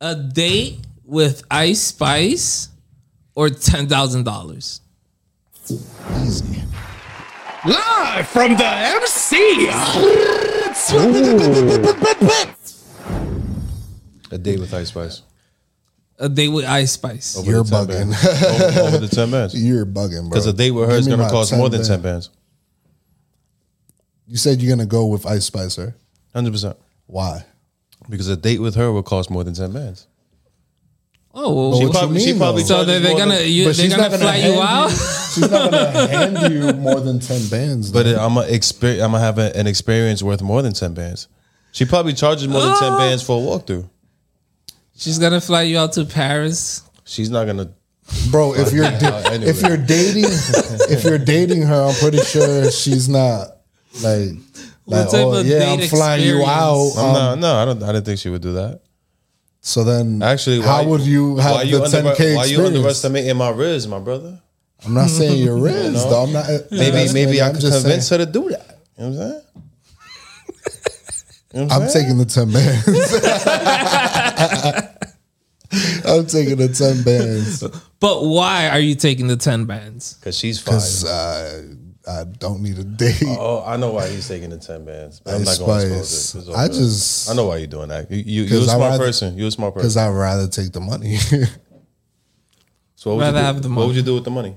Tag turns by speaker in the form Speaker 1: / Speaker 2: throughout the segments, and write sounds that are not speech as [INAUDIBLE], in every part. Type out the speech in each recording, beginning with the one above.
Speaker 1: a date with Ice Spice or ten thousand dollars?
Speaker 2: Live from the MC.
Speaker 3: A date with Ice Spice.
Speaker 1: A date with Ice Spice.
Speaker 3: Over
Speaker 4: You're
Speaker 3: the 10
Speaker 4: bugging.
Speaker 3: bands. [LAUGHS] over, over the ten
Speaker 4: [LAUGHS]
Speaker 3: bands.
Speaker 4: You're bugging, bro.
Speaker 3: Because a date with her
Speaker 4: Give
Speaker 3: is
Speaker 4: me
Speaker 3: going
Speaker 4: my
Speaker 3: to cost more than
Speaker 4: band.
Speaker 3: ten bands.
Speaker 4: You said you're gonna go with Ice Spicer.
Speaker 3: Hundred percent.
Speaker 4: Why?
Speaker 3: Because a date with her will cost more than ten bands.
Speaker 1: Oh, well,
Speaker 3: She
Speaker 1: what-
Speaker 3: probably,
Speaker 4: mean,
Speaker 3: she probably
Speaker 4: though?
Speaker 1: so
Speaker 3: charges
Speaker 1: they, they're
Speaker 3: more than-
Speaker 1: gonna you,
Speaker 4: But
Speaker 1: they're
Speaker 4: she's
Speaker 1: gonna
Speaker 4: not gonna
Speaker 1: fly you
Speaker 4: hand
Speaker 1: out.
Speaker 4: you- She's not gonna [LAUGHS] hand you more than ten bands.
Speaker 3: But
Speaker 4: though.
Speaker 3: I'm gonna experience. I'm gonna have a- an experience worth more than ten bands. She probably charges more than
Speaker 1: Oh.
Speaker 3: ten bands for a walkthrough.
Speaker 1: She's gonna fly you out to Paris.
Speaker 3: She's not gonna.
Speaker 4: bro, if [LAUGHS] you're da-
Speaker 3: Uh, anyway.
Speaker 4: if you're dating if you're dating her, I'm pretty sure she's not like like
Speaker 1: type
Speaker 4: oh
Speaker 1: of
Speaker 4: yeah,
Speaker 1: date
Speaker 4: I'm flying you
Speaker 1: experience?
Speaker 4: out.
Speaker 3: I'm
Speaker 4: Um,
Speaker 3: not- no, I don't. I didn't think she would do that.
Speaker 4: so then,
Speaker 3: Actually, why,
Speaker 4: how would you have
Speaker 3: why
Speaker 4: the
Speaker 3: you
Speaker 4: 10k
Speaker 3: under- Why you
Speaker 4: experience?
Speaker 3: underestimating my riz, my brother?
Speaker 4: I'm not saying you're Riz, [LAUGHS] though. I'm not.
Speaker 3: Maybe maybe I
Speaker 4: I'm
Speaker 3: could
Speaker 4: just
Speaker 3: convince
Speaker 4: saying,
Speaker 3: her to do that. You know what I'm saying? You know what
Speaker 4: I'm
Speaker 3: saying?
Speaker 4: taking the ten bands. I'm taking the ten bands
Speaker 1: But why are you taking the ten bands?
Speaker 3: because she's fire.
Speaker 4: because I I don't need a date.
Speaker 3: Oh, I know why he's taking the ten bands. But I'm not
Speaker 4: Ice
Speaker 3: going to
Speaker 4: Spice.
Speaker 3: expose it. It's all
Speaker 4: I
Speaker 3: good.
Speaker 4: just-
Speaker 3: I know why you're doing that. You, you, you're a
Speaker 4: 'Cause I
Speaker 3: smart
Speaker 4: rather-
Speaker 3: person. You're a smart
Speaker 4: Because
Speaker 3: person.
Speaker 4: I'd rather take the money, [LAUGHS]
Speaker 3: So what would you
Speaker 1: Rather
Speaker 3: do?
Speaker 1: have the
Speaker 3: What would
Speaker 1: money.
Speaker 3: you do with the money?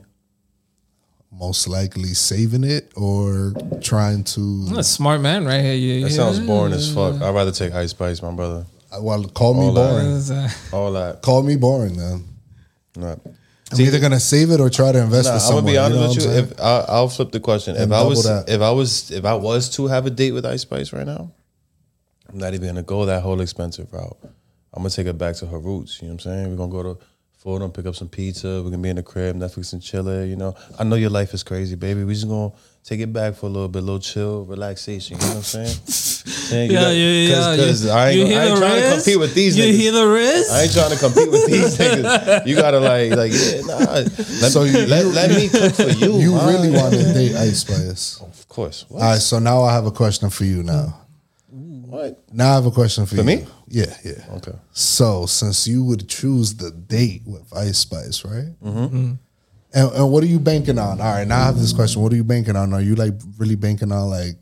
Speaker 4: most likely saving it or trying to.
Speaker 1: I'm a smart man, right here. You,
Speaker 3: That
Speaker 1: you-
Speaker 3: sounds boring as fuck. I'd rather take Ice Spice, my brother.
Speaker 4: Well, call me
Speaker 3: All that.
Speaker 4: boring.
Speaker 1: Is, uh,
Speaker 3: All that.
Speaker 4: Call me boring, then.
Speaker 3: Right.
Speaker 4: I'm either gonna save it or try to invest
Speaker 3: Nah,
Speaker 4: it
Speaker 3: I'm
Speaker 4: somewhere.
Speaker 3: gonna be honest
Speaker 4: know
Speaker 3: with
Speaker 4: what
Speaker 3: you.
Speaker 4: I'm saying?
Speaker 3: If I, I'll flip the question, if
Speaker 4: And
Speaker 3: I
Speaker 4: double
Speaker 3: was,
Speaker 4: that.
Speaker 3: if I was, if I was to have a date with Ice Spice right now, I'm not even gonna go that whole expensive route. I'm gonna take her back to her roots. You know what I'm saying? We're gonna go to Fordham, pick up some pizza. We're gonna be in the crib, Netflix and chilling. You know, I know your life is crazy, baby. We just gonna take it back for a little bit, a little chill, relaxation. You know what I'm saying? saying?
Speaker 1: yeah, yeah, yeah.
Speaker 3: Because
Speaker 1: you-
Speaker 3: I ain't,
Speaker 1: you
Speaker 3: gonna-
Speaker 1: hear
Speaker 3: I ain't
Speaker 1: the
Speaker 3: trying to
Speaker 1: wrist?
Speaker 3: compete with these.
Speaker 1: You
Speaker 3: niggas.
Speaker 1: hear the wrist?
Speaker 3: I ain't trying to compete with
Speaker 1: [LAUGHS]
Speaker 3: these niggas. You gotta like, like, yeah, nah. Let,
Speaker 4: So you-
Speaker 3: let, let me cook for you.
Speaker 4: You
Speaker 3: man.
Speaker 4: really want to date Ice
Speaker 3: [LAUGHS]
Speaker 4: Spice? All
Speaker 3: Of course. What?
Speaker 4: right. So now I have a question for you. Now,
Speaker 3: What?
Speaker 4: now I have a question for,
Speaker 3: For
Speaker 4: you.
Speaker 3: me?
Speaker 4: Yeah, yeah.
Speaker 3: Okay.
Speaker 4: So since you would choose the date with Ice Spice, right? Mm-hmm. And, and what are you banking on? All right, now I have this question. What are you banking on? Are you like really banking on like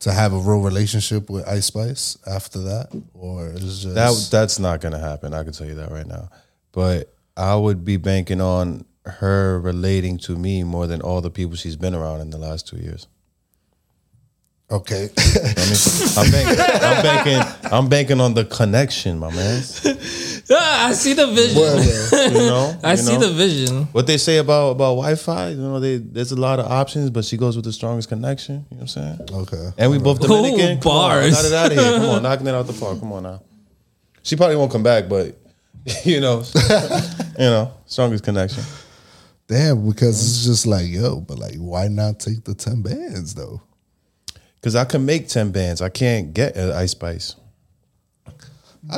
Speaker 4: to have a real relationship with Ice Spice after that, or is just
Speaker 3: That that's not gonna happen. I can tell you that right now. But I would be banking on her relating to me more than all the people she's been around in the last two years.
Speaker 4: okay? [LAUGHS]
Speaker 3: I mean, I'm banking, I'm banking, I'm banking on the connection, my man.
Speaker 1: Ah, [LAUGHS] I see the vision.
Speaker 4: Well,
Speaker 3: You know,
Speaker 1: [LAUGHS] I
Speaker 3: You
Speaker 1: see
Speaker 3: know?
Speaker 1: the vision.
Speaker 3: what they say about about Wi-Fi. You know, they, there's a lot of options, but she goes with the strongest connection. You know what I'm saying?
Speaker 4: okay.
Speaker 3: And we both Dominican. Come on,
Speaker 1: bars.
Speaker 3: Knock it out of here. Come on, knocking it out the park. Come on now. She probably won't come back, but [LAUGHS] you know, [LAUGHS] you know, strongest connection.
Speaker 4: Damn, because it's
Speaker 3: Mm-hmm.
Speaker 4: just like, yo, but like, why not take the 10 bands though?
Speaker 3: Because I can make ten bands. I can't get an Ice Spice.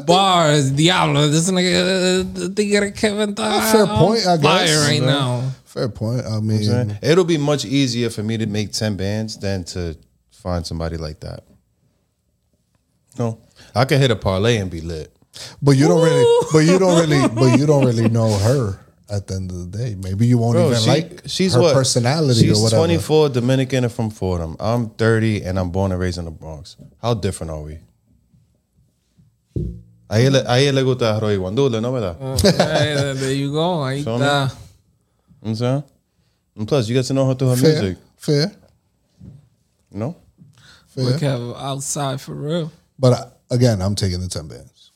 Speaker 1: Bars, Diablo. This nigga, uh, they got a Kevin. Thought
Speaker 4: fair point, I guess.
Speaker 1: Fire right now.
Speaker 4: [LAUGHS] Fair point. I mean,
Speaker 3: It'll be much easier for me to make ten bands than to find somebody like that. No, I can hit a parlay and be lit.
Speaker 4: but you don't
Speaker 1: Ooh.
Speaker 4: really, but you don't really, but you don't really know her at the end of the day. Maybe you won't
Speaker 3: Bro,
Speaker 4: even
Speaker 3: Oh, she-
Speaker 4: like
Speaker 3: she's
Speaker 4: her
Speaker 3: what?
Speaker 4: personality
Speaker 3: She's
Speaker 4: or whatever.
Speaker 3: 24, Dominican, and from Fordham. I'm 30, and I'm born and raised in the Bronx. How different are we? A ella, a ella le gusta arroz y guandule, ¿no verdad? You know
Speaker 1: Hey, there there you go. Ahí
Speaker 3: Feel me?
Speaker 1: está.
Speaker 3: what I'm saying? And plus, you get to know her through her
Speaker 4: Fair,
Speaker 3: music,
Speaker 4: fair,
Speaker 3: you know?
Speaker 4: fair.
Speaker 1: Kev, outside for real.
Speaker 4: But I, again, uh, I'm taking the 10 bands.